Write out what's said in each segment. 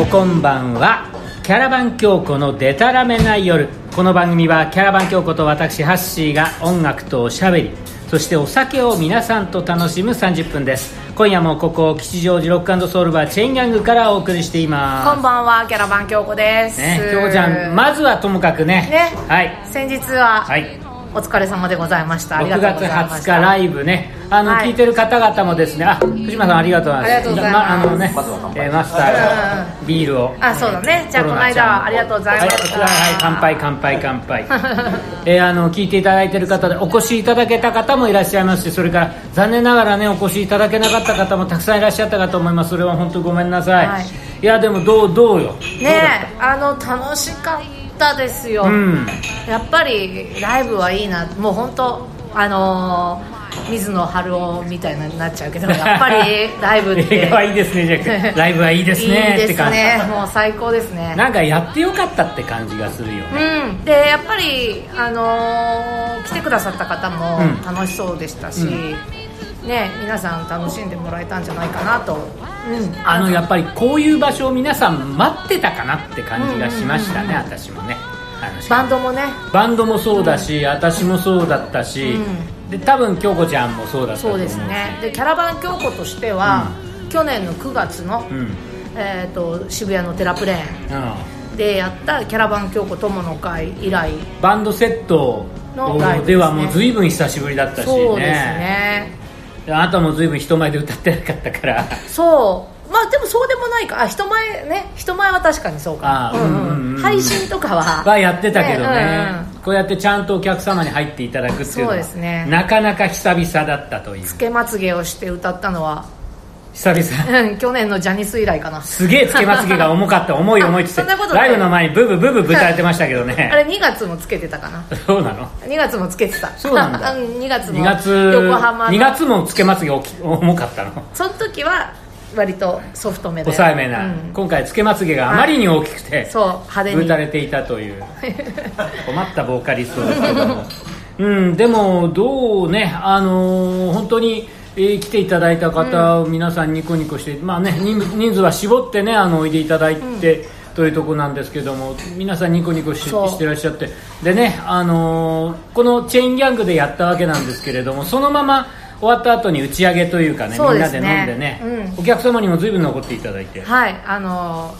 おこんばんはキャラバン京子のでたらめな夜この番組はキャラバン京子と私ハッシーが音楽とおしゃべりそしてお酒を皆さんと楽しむ30分です今夜もここ吉祥寺ロックソウルバーチェンギャングからお送りしていこまんばんは、キャラバン京子です。すね京子ちゃんまずはともかくねねはい先日は、はいお疲れ様でございました。ありが6とうご月ざいま20し日た。ライブねあの、はい聞いてる方々もですねあ藤間さんありがとうございますありがとうございますあのね、えーマスターがビールをあ、そうだね。じゃあ、この間はありがとうございましはい、た。はい、乾杯乾杯乾杯 えーあの聞いていただいてる方でお越しいただけた方もいらっしゃいますしそれから残念ながらねお越しいただけなかった方もたくさんいらっしゃったかと思いますそれは本当ごめんなさい、はいい、やでもどうどうよどう ねだっあの、楽しかったですよ。たうんやっぱり、ライブはいいな。もう本当、あのー水野晴夫みたいなになっちゃうけど、やっぱり、 ライブっ映て画。 はいいですねじゃあライブはいいですねいいってです感じね。もう最高ですね。なんかやってよかったって感じがするよねうん、でやっぱり、あのー来てくださった方もうん楽しそうでしたし、ね、皆さん楽しんでもらえたんじゃないかなと、うん、あのやっぱりこういう場所を皆さん待ってたかなって感じがしましたね、私もねあのバンドもねバンドもそうだし、私もそうだったし、うで多分京子ちゃんもそうだったとそ思ううですねでキャラバン京子としては、去年の9月の、うん、うん、えー、と渋谷のテラプレーンでやったキャラバン京子友の会以来バンドセットのライブですねではもう随分久しぶりだったしねそうですねであなたも随分人前で歌ってなかったからそうまあでもそうでもないかあ人前ね人前は確かにそうかあーうんううんんうんうん配信とかははやってたけどねうんうんこうやってちゃんとお客様に入っていただくっていうのそうはですねなかなか久々だったというつけまつげをして歌ったのは、 久々うん、去年のジャニス以来かなすげえつけまつげが重かった重い重いっつってそんなことなラいイブの前にブブブブぶたれてましたけどねあれ2月もつけてたかな そうなの2月もつけてたそうなん だ2月2も月横浜2の月もつけまつげ大き重かったのその時は割とソフトめで抑えめな、うん今回つけまつげがあまりに大きくて、そう派手ぶにたれていたという困ったボーカリストですけども、うん、でもどうねあのー本当に、えー来ていただいた方、皆さんニコニコしてまあね人人数は絞ってねあのおいでいただいて、というとこなんですけども皆さんニコニコしそうしてらっしゃってでね、あのーこのチェーンギャングでやったわけなんですけれどもそのまま終わった後に打ち上げというかねみそうんでなすでね飲んでね、うお客様にも随分残っていただいて、はいあの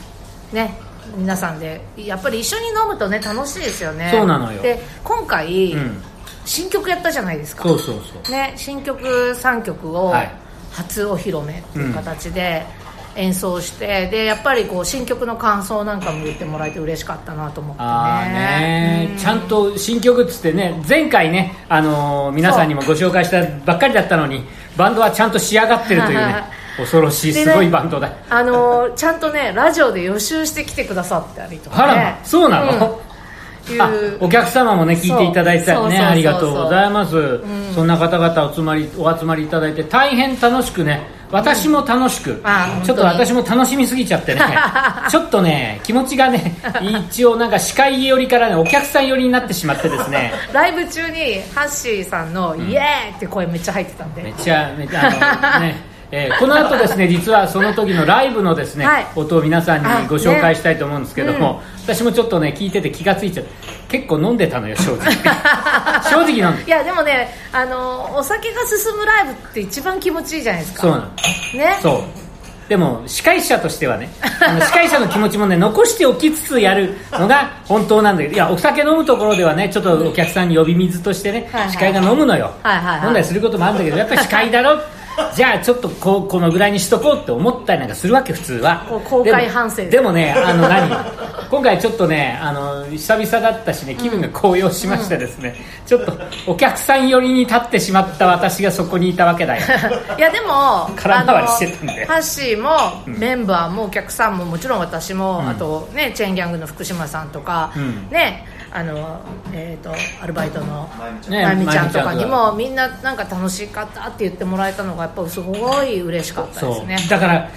ーね皆さんでやっぱり一緒に飲むとね楽しいですよねそうなのよで今回、うん新曲やったじゃないですかそうそうそうね、新曲3曲をはい初お披露目という形で演奏して、でやっぱりこう新曲の感想なんかも言ってもらえて嬉しかったなと思ってあーねねうんちゃんと新曲っつってね前回ね、あのー皆さんにもご紹介したばっかりだったのにバンドはちゃんと仕上がってるという ね恐ろしいですねごいバンドだ、あのーちゃんとねラジオで予習してきてくださったりとあか、ね、らまそうなの、うんあいうお客様もね聞いていただいてたりねそうそうそうそうありがとうございます、そんな方々お集まりお集まりいただいて大変楽しくね私も楽しく、あちょっと本当に私も楽しみすぎちゃって ねちょっとね気持ちがね一応なんか司会寄りからねお客さん寄りになってしまってですねライブ中にハッシーさんの「イエーイ!」って声めっちゃ入ってたんで、めちゃめちゃあのね、えーこの後ですね実はその時のライブのですね、はい音を皆さんにご紹介したいと思うんですけども、私もちょっとね聞いてて気がついちゃって結構飲んでたのよ正直正直飲んでいやでもねあのーお酒が進むライブって一番気持ちいいじゃないですそうかなのねそうでも司会者としては ねあの司会者の気持ちもね残しておきつつやるのが本当なんだけどいやお酒飲むところではねちょっとお客さんに呼び水としてね、はいはい司会が飲むのよ、はいはいはい飲んだりすることもあるんだけどやっぱり司会だ ろじゃあちょっとこうこのぐらいにしとこうって思ったりなんかするわけ普通はこう公開反省でもでもねあの何今回ちょっとねあの久々だったしね気分が高揚しましてですね、ちょっとお客さん寄りに立ってしまった私がそこにいたわけだよ いやでも空回りしてたんであのハッシーもメンバーもお客さんももちろん私も、あとねチェーンギャングの福島さんとか、うんねあのえー、とアルバイトのねまゆみちゃんとかにまもみんななんか楽しかったって言ってもらえたのがやっぱすごい嬉しかったですねそうだから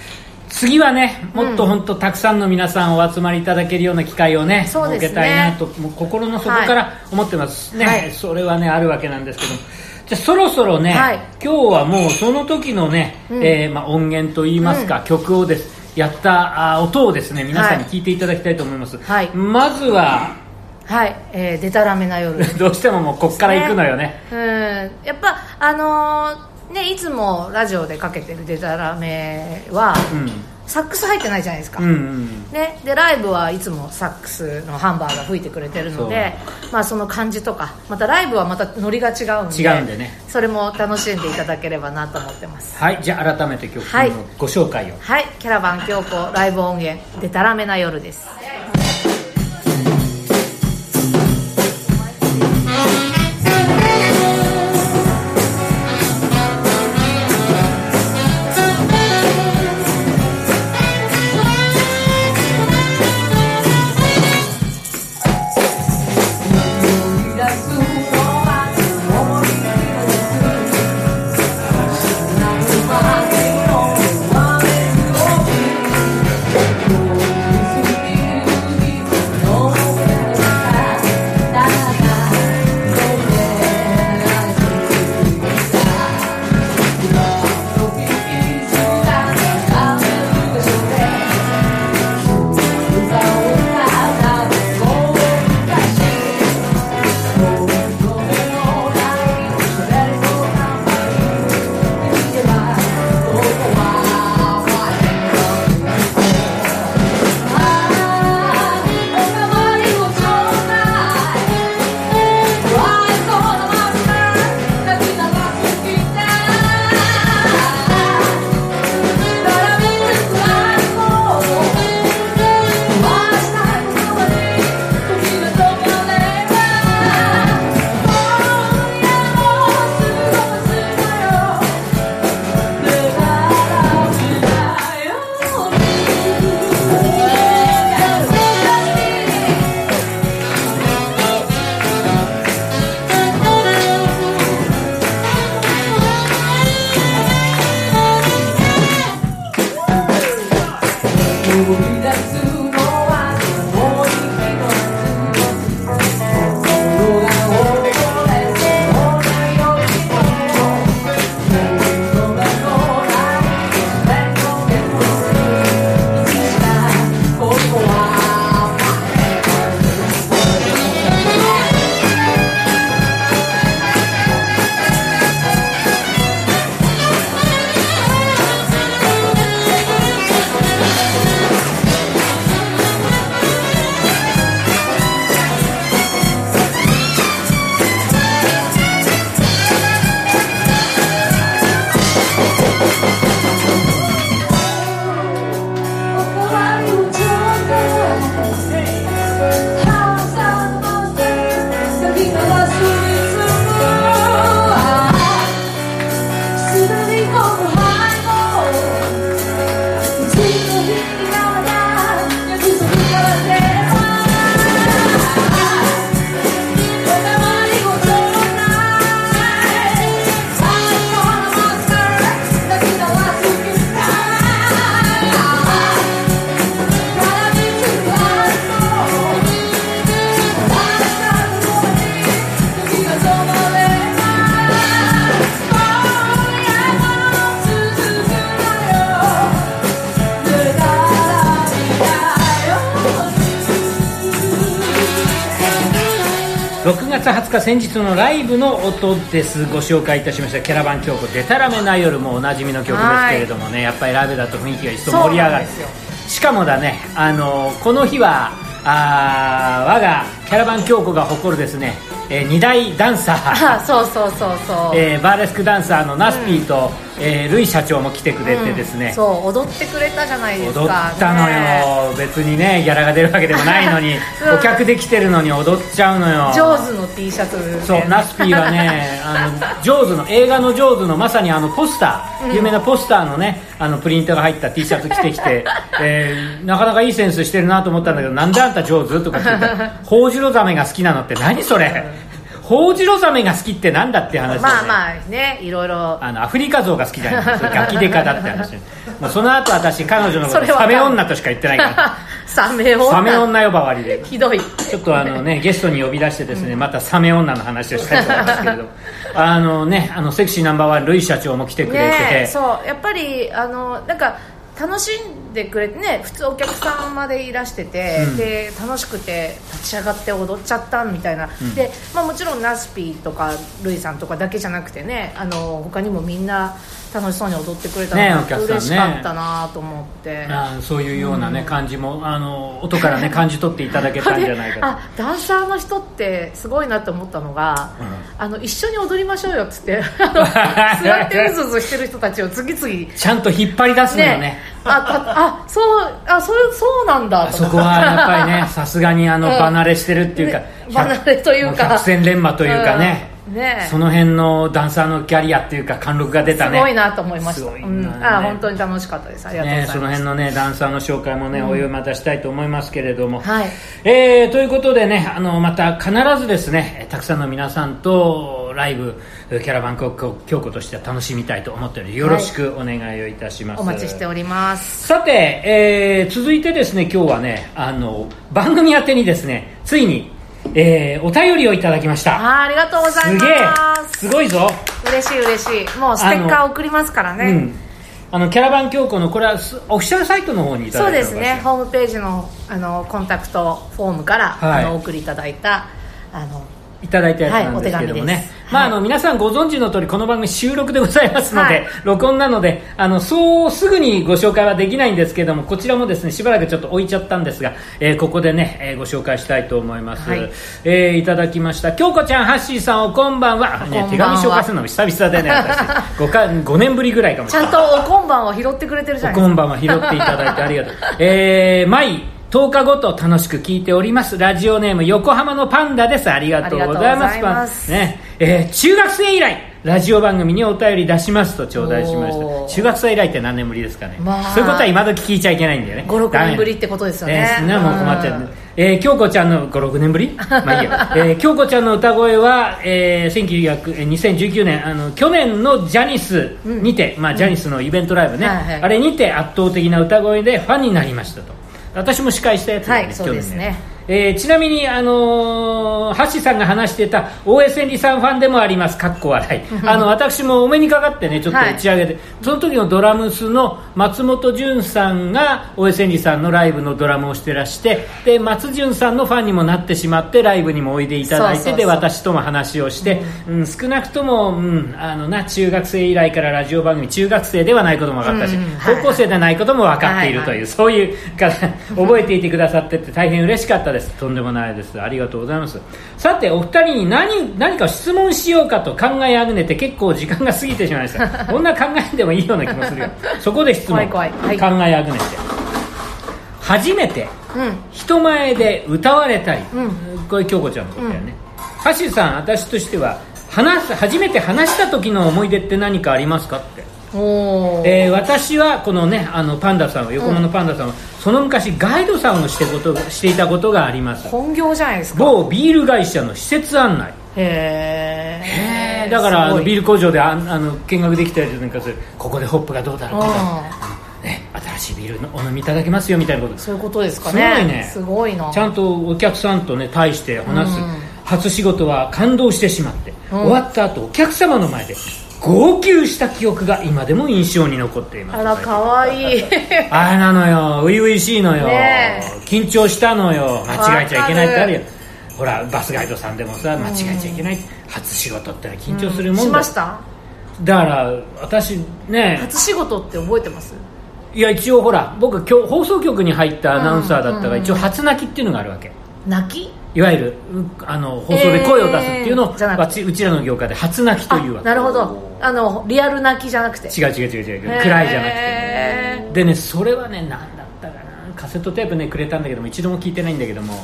次はねもっと本当たくさんの皆さんお集まりいただけるような機会をね、そうですね設けたいなともう心の底から思ってます、ね、はいそれはねあるわけなんですけどもじゃあそろそろね、はい今日はもうその時のね、えーまあ、音源といいますか、曲をですやったあー音をですね皆さんに聞いていただきたいと思います、はいまずは はい、えー、でたらめな 夜どうしてももうこっから行くのよねうんやっぱあのーねいつもラジオでかけてるデタラメは、サックス入ってないじゃないですか、うんうんうんね、でライブはいつもサックスのハンバーが吹いてくれてるのでまあ、その感じとかまたライブはまたノリが違うんで違うんでねそれも楽しんでいただければなと思ってますはいじゃあ改めて曲のはいご紹介を、はいキャラバン京子ライブ音源「でたらめな夜」です6月20日先日のライブの音ですご紹介いたしましたキャラバン京子でたらめな夜もおなじみの曲ですけれどもねやっぱりライブだと雰囲気が一層盛り上がるそうなんしかもだねあのこの日はあー我がキャラバン京子が誇るですね、え2大ダンサーあそうそうそうそう、えーバーレスクダンサーのナスピーと、えールイ社長も来てくれてですね、そう踊ってくれたじゃないですか踊ったのねよ、別にねギャラが出るわけでもないのに、 うんお客で来てるのに踊っちゃうのよ上手の T シャツでねそう、ナスピーはね、あの、ジョーズの、映画のジョーズのまさにあのポスター、有名なポスターのね、あのプリントが入った T シャツ着てきて、えーなかなかいいセン スしてるなと思ったんだけど、なんであんたジョーズとか聞いたら、ホウジロザメが好きなのって何それホウジロザメが好きってなんだって話ですよね まあまあねいろいろあのアフリカ像が好きじゃないですかガキデカだって 話もうその後私彼女のこそとれわかサるメ女としか言ってない かサメら女サメ女呼ばわりでひどいちょっとあのねゲストに呼び出してですね、またサメ女の話をしたいと思いますけれ どもあのねあのセクシーナンバーワンルイ社長も来てくれてて、ねえそうやっぱりあのなんか楽しんでくれてね普通お客さんまでいらしてて、うんで楽しくて立ち上がって踊っちゃったみたいな、で、まあ、もちろんナスピーとかルイさんとかだけじゃなくてねあの他にもみんな楽しそうに踊ってくれたのねえがお客さんね嬉しかったなと思って、あーそういうようなね、感じもあの音からね感じ取っていただけたんじゃないかと。あダンサーの人ってすごいなと思ったのが、うあの一緒に踊りましょうよっつって あの座ってうずうずしてる人たちを次々ちゃんと引っ張り出すのよねあたあそうあそうそうなんだあそこはやっぱりね さすがにあのうん離れしてるっていうか、ね離れというかも百戦錬磨というかね、うんねその辺のダンサーのキャリアっていうか貫禄が出たねすごいなと思いました、すごいなうん、あ本当に楽しかったですありがとうございね、ます、その辺のねダンサーの紹介もね、おいおいまたしたいと思いますけれども、はいえーということでねあのまた必ずですねえーたくさんの皆さんとライブえーキャラバンコ京子としては楽しみたいと思っておりよろしくお願いをいたします、お待ちしておりますさて、えー続いてですね今日はねあの番組宛てにですねついに、えーお便りをいただきましたあーありがとうございすげえますすごいぞ嬉しい嬉しいもうステッカー送りますからうねん、あのキャラバン京子のこれはすオフィシャルサイトの方にいたそだういたのでかすしらねホームページのあのコンタクトフォームから、はいあのお送りいただいたあのいただいたやつなんですけれどもね、はいお手紙ですまああはいの皆さんご存知の通りこの番組収録でございますので、はい録音なのであのそうすぐにご紹介はできないんですけれどもこちらもですねしばらくちょっと置いちゃったんですが、えーここでね、えーご紹介したいと思います、はいいえーいただきました京子ちゃんハッシーさんおこんばんはねこんばんは手紙紹介するのも久々でね私 5, か5年ぶりぐらいかもしちれゃないんとおこんばんを拾ってくれてるじゃないですかこんばんは拾っていただいてあり がとうえー、毎10日ごと楽しく聞いておりますラジオネーム横浜のパンダですありがとうございますありがとうございますパンねえー中学生以来ラジオ番組にお便り出しますと頂戴しましたおー中学生以来って何年ぶりですかね、まあそういうことは今時聞いちゃいけないんだよね56ダメ年ぶりってことですよねですねもう困っちゃうねうんえー京子ちゃんの56年ぶ り、まあいいやえー京子ちゃんの歌声は、えー、1900えー2019年あの去年のジャニスにて、まあ、ジャニスのイベントライブね、はいはいあれにて圧倒的な歌声でファンになりましたと私も司会したやつだよはいね、そうです去ね年ねえーちなみに、あのーハッシーさんが話してた大江千里さんファンでもありますかっこ笑 いあの私もお目にかかってねちょっと打ち上げて、その時のドラムスの松本潤さんが大江千里さんのライブのドラムをしてらしてで松潤さんのファンにもなってしまってライブにもおいでいただいてそうそうそうで私とも話をして、うん少なくとも、うん、あのな中学生以来からラジオ番組中学生ではないことも分かったし、うんはい高校生ではないことも分かっているという、はいはいそういうか覚えていてくださってて大変嬉しかったですとんでもないですありがとうございますさてお二人に何何か質問しようかと考えあぐねて結構時間が過ぎてしまいました こんな考えてもいいような気もするよそこで質問怖い怖いはい考えあぐねて初めてうん人前で歌われたり、うこれ京子ちゃんのことだよね、ハシさん私としては話す初めて話した時の思い出って何かありますかっておーえー私はこのねあのパンダさんは横浜のパンダさんは、その昔ガイドさんをしてことしていたことがあります本業じゃないですか某ビール会社の施設案内へえだからあのビールル工場であんあの見学できたりなんかするここでホップがどうだろうこうだろうね、新しいビールのお飲みいただけますよみたいなことそういうことですかすごいねねすごいなちゃんとお客さんとね対して話す、うん初仕事は感動してしまって、うん終わった後お客様の前で号泣した記憶が今でも印象に残っていますあらかわいいあれなのよ初々しいのよ、ね緊張したのよ間違えちゃいけないってあるよわほらバスガイドさんでもさ間違えちゃいけない、初仕事ってのは緊張するもしんだ、ましただから私ね初仕事って覚えてますいや一応ほら僕今日放送局に入ったアナウンサーだったから、一応初泣きっていうのがあるわけ泣きいわゆるうあの放送で声を出すっていうのを、えーじゃなくてわちうちらの業界で初泣きとあいうわけなるほどあのリアル泣きじゃなくて違う違う違う違う暗いじゃなくて、へーでねそれはね何だったかなカセットテープねくれたんだけども一度も聞いてないんだけども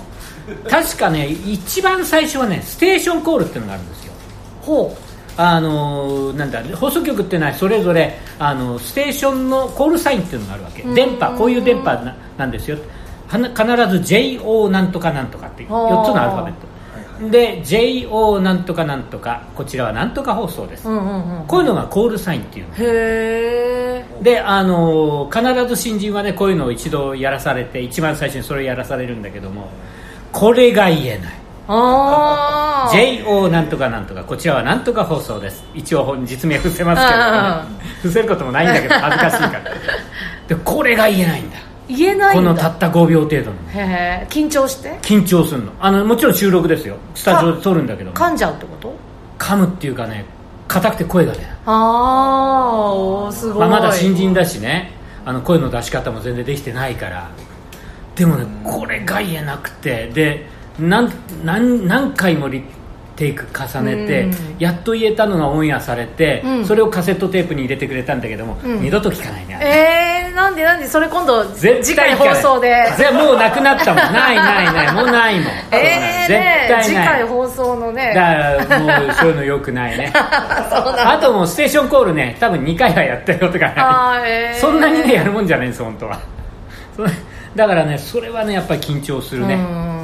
確かね一番最初はねステーションコールっていうのがあるんですよほあのーなんだ放送局ってのはそれぞれあのステーションのコールサインっていうのがあるわけ電波こういう電波ななんですよはな必ず JO なんとかなんとかっていうほう4つのアルファベットで JO なんとかなんとかこちらはなんとか放送です、うんうんうんこういうのがコールサインっていうのへえであの必ず新人はねこういうのを一度やらされて一番最初にそれをやらされるんだけどもこれが言えないああ JO なんとかなんとかこちらはなんとか放送です一応本実名伏せますけど、ね、伏せることもないんだけ ど恥ずかしいからでこれが言えないんだ言えないこんだのたった5秒程度のへえ緊張して緊張するのあのもちろん収録ですよスタジオで撮るんだけど噛んじゃうってこと噛むっていうかね硬くて声が出ないああおーすごい、まあ、まだ新人だしねあの声の出し方も全然できてないからでもねこれが言えなくてでなんなん何回もリテイク重ねて、うんやっと言えたのがオンエアされて、うんそれをカセットテープに入れてくれたんだけども、うん二度と聞かないねあれえー、なんでなんでそれ今度次絶対聞回か放ない送でぜもうなくなったもんないないないもうないもん、 ええー、ね絶次対ない回放送のねだからもうそういうのよくない ねあともうステーションコールね多分2回はやったことがないあーえー、そんなにねやるもんじゃないんです本当はそれだからねそれはねやっぱり緊張するね、うん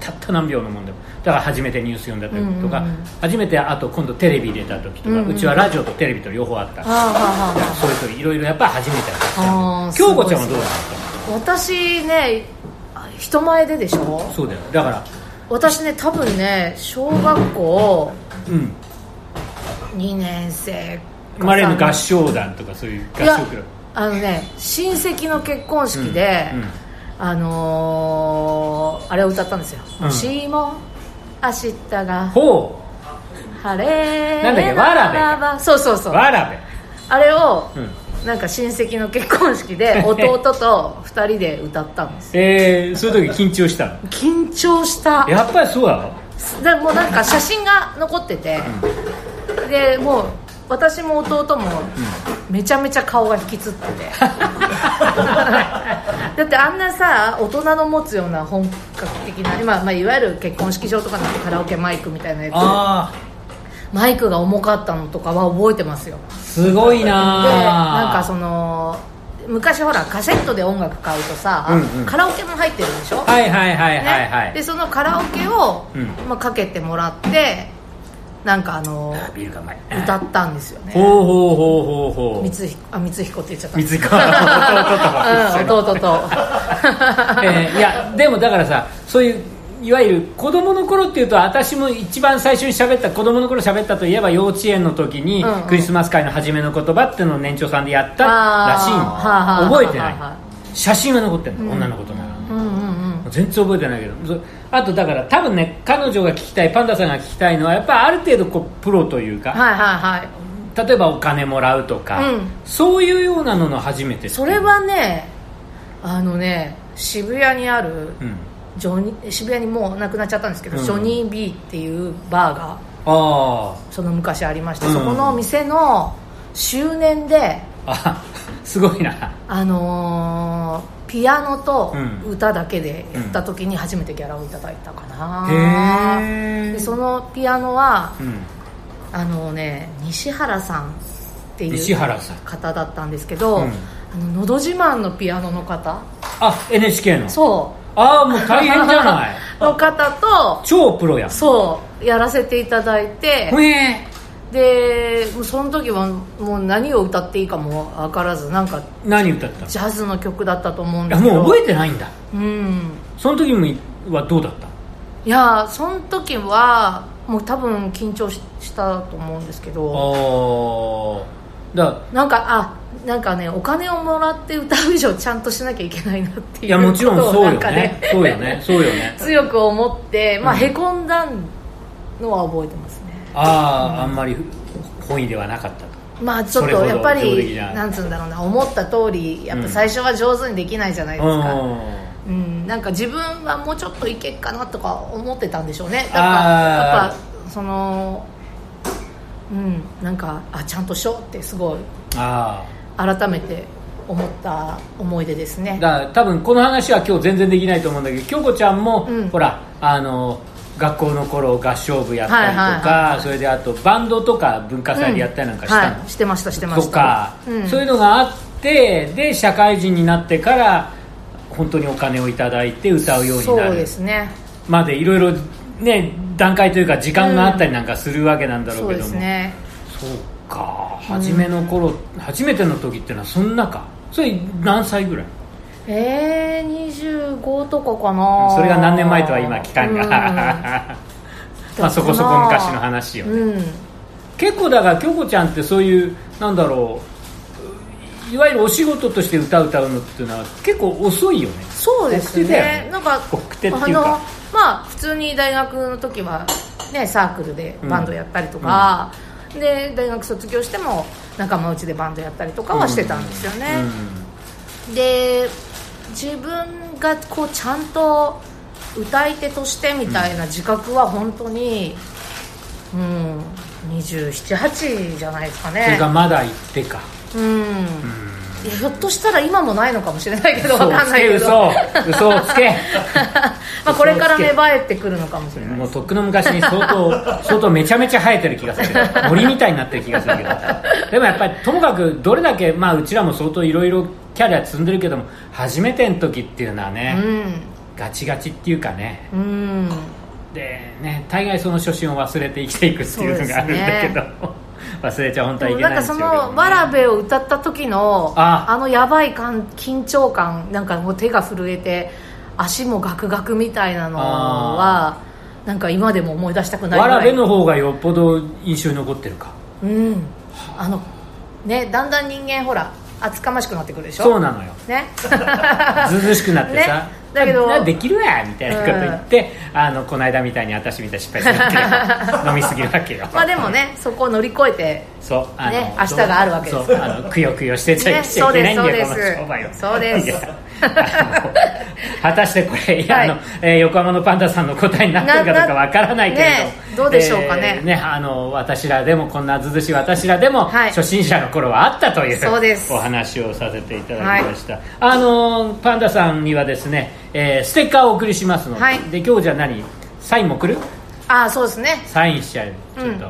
たった何秒のもんでもだから初めてニュース読んだ時とか、うんうんうん初めてあと今度テレビ出た時とか、ううんうんちはラジオとテレビと両方あったあーはあはあはあそれといろいろやっぱり初めてだあっーた京子ちゃんはすどごういだっ私ねあ人前ででしょたそうだよだから私ね多分ね小学校うん2年生生まれの合唱団とかそういう合いや唱クラブあのね親戚の結婚式で、うんうんあのーあれを歌ったんですよ「うんもしも明日がほ晴れなんだっけわらべなば」そうそううそうわらあれを、べ、うんなんか親戚の結婚式 で弟と2人で歌ったんですえー、そういう時緊張した の緊張したやっぱりそうだろでもうなんか写真が残ってて、でもう私も弟もめちゃめちゃ顔が引きつって てだってあんなさ大人の持つような本格的な今、まあ、いわゆる結婚式場とかのカラオケマイクみたいなやあつマイクが重かったのとかは覚えてますよあすごいなでーなんかその昔ほらカセットで音楽買うとさ、うんうんカラオケも入ってるでしょ、はいはいはいねはいはい、でそのカラオケを、うんまあ、かけてもらってなんかあのあビールがうまい歌ったんですよねほうほうほうほうほう光彦あ光彦って言っちゃった光彦弟うん、弟とえーいやでもだからさそういういわゆる子供の頃っていうと私も一番最初に喋った子供の頃喋ったといえば幼稚園の時に、うんうんクリスマス会の初めの言葉っていうのを年長さんでやったらしいの、あーはあはあ覚えてない、はあはあ写真は残ってるの、女の子となら、うんうんうん全然覚えてないけどそあとだから多分ね彼女が聞きたいパンダさんが聞きたいのはやっぱある程度こうプロというか、はいはいはい例えばお金もらうとか、うんそういうようなのの初めてそれ、はねあのね渋谷にあるうん、ジョニー渋谷にもうなくなっちゃったんですけど、うんジョニー・ビーっていうバーがあその昔ありまして、うんそこの店の周年でーあ すごいなあのーピアノとうん歌だけでやった時に初めてギャラをいただいたかな、へでえそのピアノはうん、あのね西原さんってい西う原さん方だったんですけどうん「あののど自慢」のピアノの方あ NHK のそああもうう大変じゃない の方と超プロやんそうやらせていただいてほえでもうその時はもう何を歌っていいかも分からずなんかー何歌ったのいジャズの曲だったと思うんでやすけどもう覚えてないんだうんその時もはどうだったいやーその時はもう多分緊張ししたと思うんですけあどーだなんかあなんかねお金をもらって歌う以上ちゃんとしなきゃいけないなっていういやもちろんことをそうよなんかねそうよねそうよね強く思って、まあ、うんへこんだのは覚えてますね、あああんまり本意ではなかったとまあちそょっとれほどやっぱ上出来りじゃないなんつうんだろうな思った通りやっぱ最初は上手にできないじゃないですか、うんうんなんか自分はもうちょっといけっかなとか思ってたんでしょうねだからあーやっぱそのうんなんかあちゃんとしようってすごいあ改めて思った思い出ですあねだから多分この話は今日全然できないと思うんだけど京子ちゃんも、うんほらあの学校の頃合唱部やったりとか、はいはいはいそれであとバンドとか文化祭でやったりなんかしたの、うんはい、してましたしてましたとか、うんそういうのがあってで社会人になってから本当にお金をいただいて歌うようになそうるですねまでいろいろね、段階というか時間があったりなんかするわけなんだろそうけうどでも、すねそうか初めの頃、初めての時っていうのはそんなかそれ何歳ぐらいえー、25とかかなそれが何年前とは今期間が、うん まあそこそこ昔の話よね、うん結構だから京子ちゃんってそういうなんだろういわゆるお仕事として歌歌うのっていうのは結構遅いよねそうです奥手だよねねなんか奥手っていうかあのまあ普通に大学の時はねサークルでバンドやったりとか、で大学卒業しても仲間内でバンドやったりとかはしてたんですよね、で自分がこうちゃんと歌い手としてみたいな自覚は本当にうん2728じゃないですかそれねがまだ行ってかうんいやひょっとしたら今もないのかもしれないけどわかんつないけけど嘘嘘をつけ まあこれから芽生えてくるのかもしれないもうとっくの昔に相当相当めちゃめちゃ生えてる気がするけど森みたいになってる気がするけどでもやっぱりともかくどれだけ、まあ、うちらも相当いろいろキャリア積んでるけども初めての時っていうのはね、ガチガチっていうかねうんうんでね大概その初心を忘れて生きていくっていうのがあるんだけど、 忘れちゃ本当ではいもけななんいんかですそよ、の「わらべ」を歌った時のああのやばい感緊張感なんかもう手が震えて足もガクガクみたいなのはなんか今でも思い出したくないわぐらいらべの方がよっぽど印象に残ってるかうんあのねだんだん人間ほら厚かましくなってくるでしょそうなのよね ずうずうしくなってさ、 ねだけどなできるわみたいなこと言って、あのこの間みたいに私みたいに失敗するっていう 飲みすぎるわけよまあでもねそこを乗り越えてそうあのね明日があるわけですそうあのくよくよしてちゃいねけないんだよ、そうですこの商売はそうですい やあの果たしてこれ、いやあのはいえー横浜のパンダさんの答えになってるかどうかわからないけれどもなねどうでしょうかねえーねあの私らでもこんなずずしい私らでも、はい初心者の頃はあったというそうですお話をさせていただきました、あのパンダさんにはですね、えーステッカーをお送りしますので,、はいで今日じゃあ何サインも送るああそうですねサインしちゃうちょっと、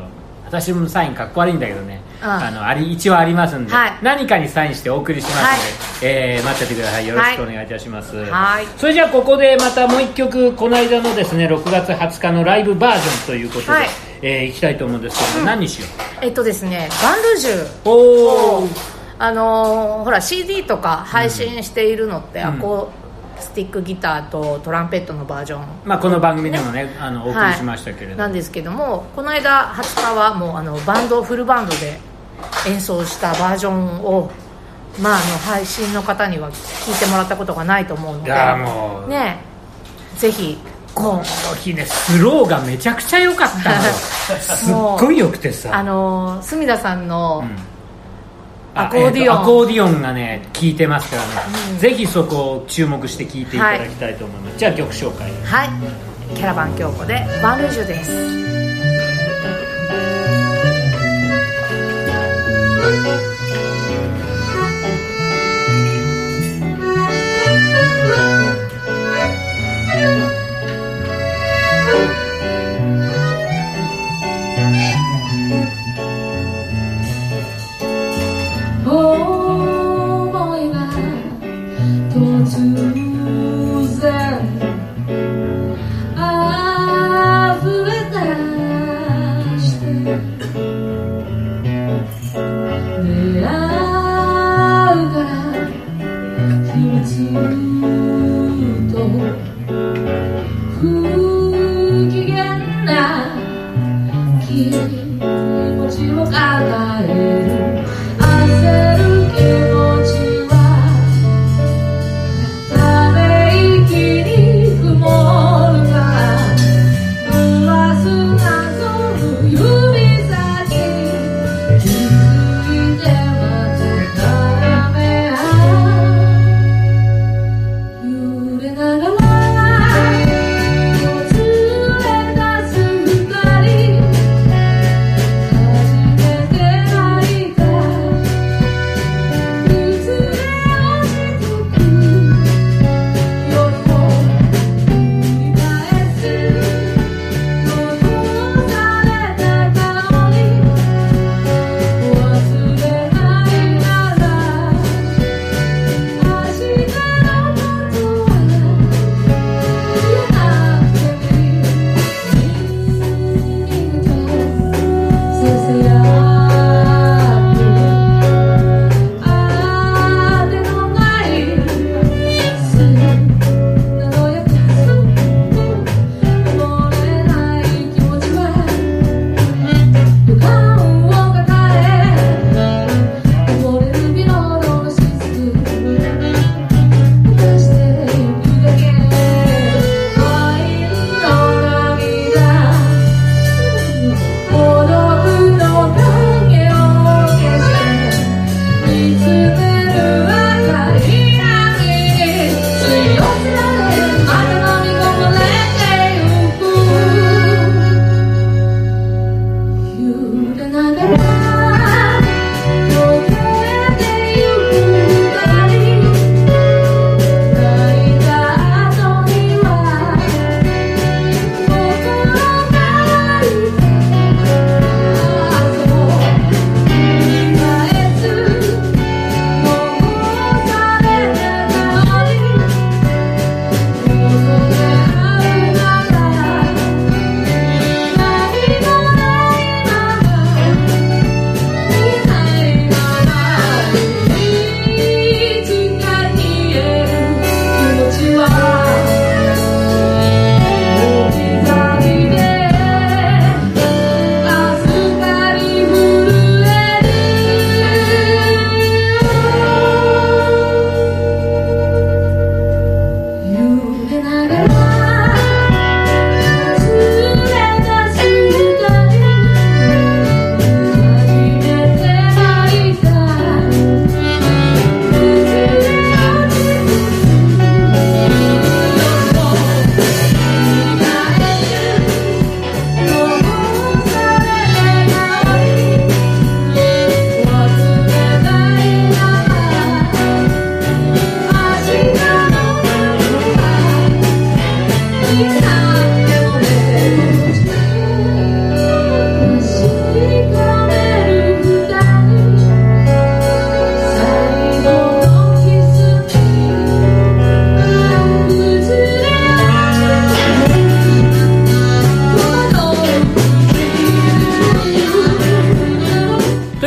私もサインかっこ悪いんだけどね、うんあのあり一応ありますんで、はい何かにサインしてお送りしますので、えー待っててくださいよろしくお願いいたします、はいそれじゃあここでまたもう一曲この間のですね6月20日のライブバージョンということで、はいいえー行きたいと思うんですけど、何にしよえっとですねバンルージュうおおあのーほら CD とか配信しているのって、アコースティックギターとトランペットのバージョンまあこの番組でもねあのお送りしましたけれども、なんですけどもこの間20日はもうあのバンドフルバンドで演奏したバージョンを、まあ、あの配信の方には聞いてもらったことがないと思うのいでやーもう、ねぜひこの日ねスローがめちゃくちゃ良かった のよすっごい良くてさあのー隅田さんの、んアコーディオンえとアコーディオンがね効いてますからね、ぜひそこを注目して聴いていただきたいと思います、じゃあ曲紹介はいキャラバン京子でバンルージュです想いが突然溢れ出して出会うから君ずっと不機嫌な気持ちを抱える焦る気持ちはため息に曇るから濡らす謎の指先気づいてまた眺め合う揺れながら「こずれ出す二人」「風に吹かれてないか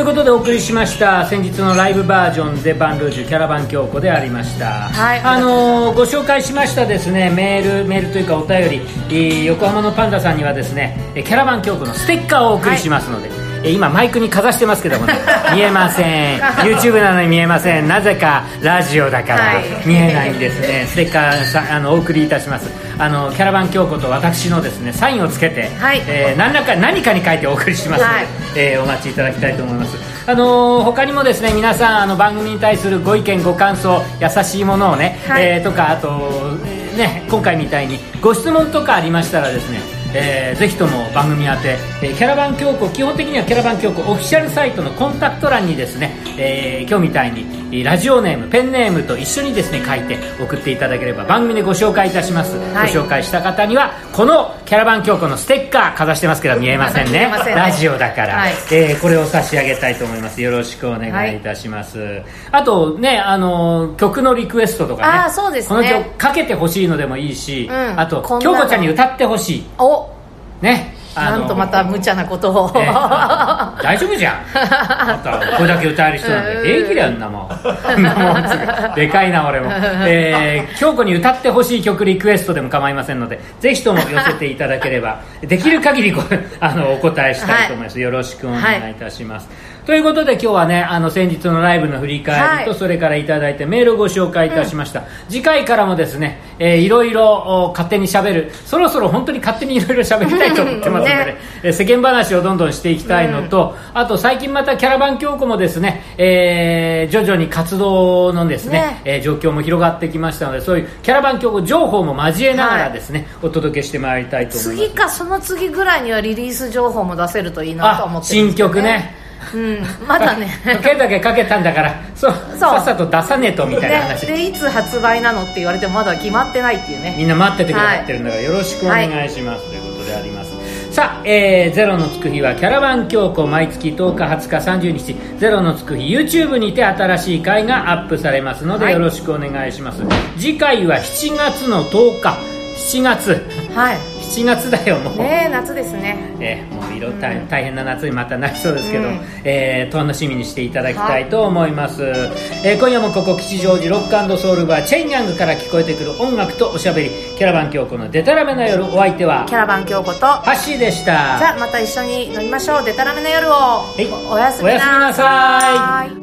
ことでお送りしました先日のライブバージョンでバンルージュキャラバン京子でありました、はいあのーご紹介しましたですねメールメールというかお便り、えー横浜のパンダさんにはですねえーキャラバン京子のステッカーをお送りしますので、えー今マイクにかざしてますけども ね見えません YouTube なのに見えませんなぜかラジオだから、はい見えないんですねステッカーさあのお送りいたしますあのキャラバン京子と私のですねサインをつけて、はいえー何らか何かに書いてお送りしますので、はいえーお待ちいただきたいと思います、あのー他にもですね皆さんあの番組に対するご意見ご感想優しいものをね、はいえーとかあと、えーね、今回みたいにご質問とかありましたらですねえーぜひとも番組宛て、えーキャラバン教庫基本的にはキャラバン教庫オフィシャルサイトのコンタクト欄にですね、えー今日みたいにえーラジオネームペンネームと一緒にですね書いて送っていただければ番組でご紹介いたします、はいご紹介した方にはこのキャラバン教庫のステッカーかざしてますけど見えません見えねませんねラジオだから、はいえーこれを差し上げたいと思いますよろしくお願いいたします、あとねあの曲のリクエストとかねあーそうですねこの曲かけてほしいのでもいいし、うんあとこんな京の子ちゃんに歌ってほしいおねあのなんとまた無茶なことを、 ね大丈夫じゃんあんたこれだけ歌える人なんて平気だよんなもんんなもんつうかでかいな俺も、えー、京子に歌ってほしい曲リクエストでも構いませんのでぜひとも寄せていただければできる限りこれあのお答えしたいと思います、よろしくお願いいたします、ということで今日はねあの先日のライブの振り返りと、はいそれからいただいてメールをご紹介いたしました、次回からもですね、えーいろいろお勝手にしゃべるそろそろ本当に勝手にいろいろしゃべりたいと思ってますので、ねえー世間話をどんどんしていきたいのと、あと最近またキャラバン教庫もですね、えー徐々に活動のですねねえー状況も広がってきましたのでそういうキャラバン教庫情報も交えながらですね、お届けしてまいりたいと思います次かその次ぐらいにはリリース情報も出せるといいなとは思あってる新んですけど曲ねうんまだね時計だけかけたんだからそうさっさと出さねえ とみたいなね話、でいつ発売なのって言われてもまだ決まってないっていうねみんな待っててくださってるんだからよろしくお願いします、ということでありますさあ、えーゼロのつく日はキャラバン教庫毎月10日20日30日ゼロのつく日 YouTube にて新しい回がアップされますので、はいよろしくお願いします次回は7月の10日7月はい7月だよもう、ねえ夏ですねえーもういろ大大変な夏にまたなりそうですけど、うんえー楽しみにしていただきたいと思います、えー今夜もここ吉祥寺ロックソウルバーチェイニャングから聞こえてくる音楽とおしゃべりキャラバン京子のデタラメな夜お相手はキャラバン京子とハッシーでしたじゃあまた一緒に乗りましょうでたらめな夜をいおおやすみおやすみななさいさい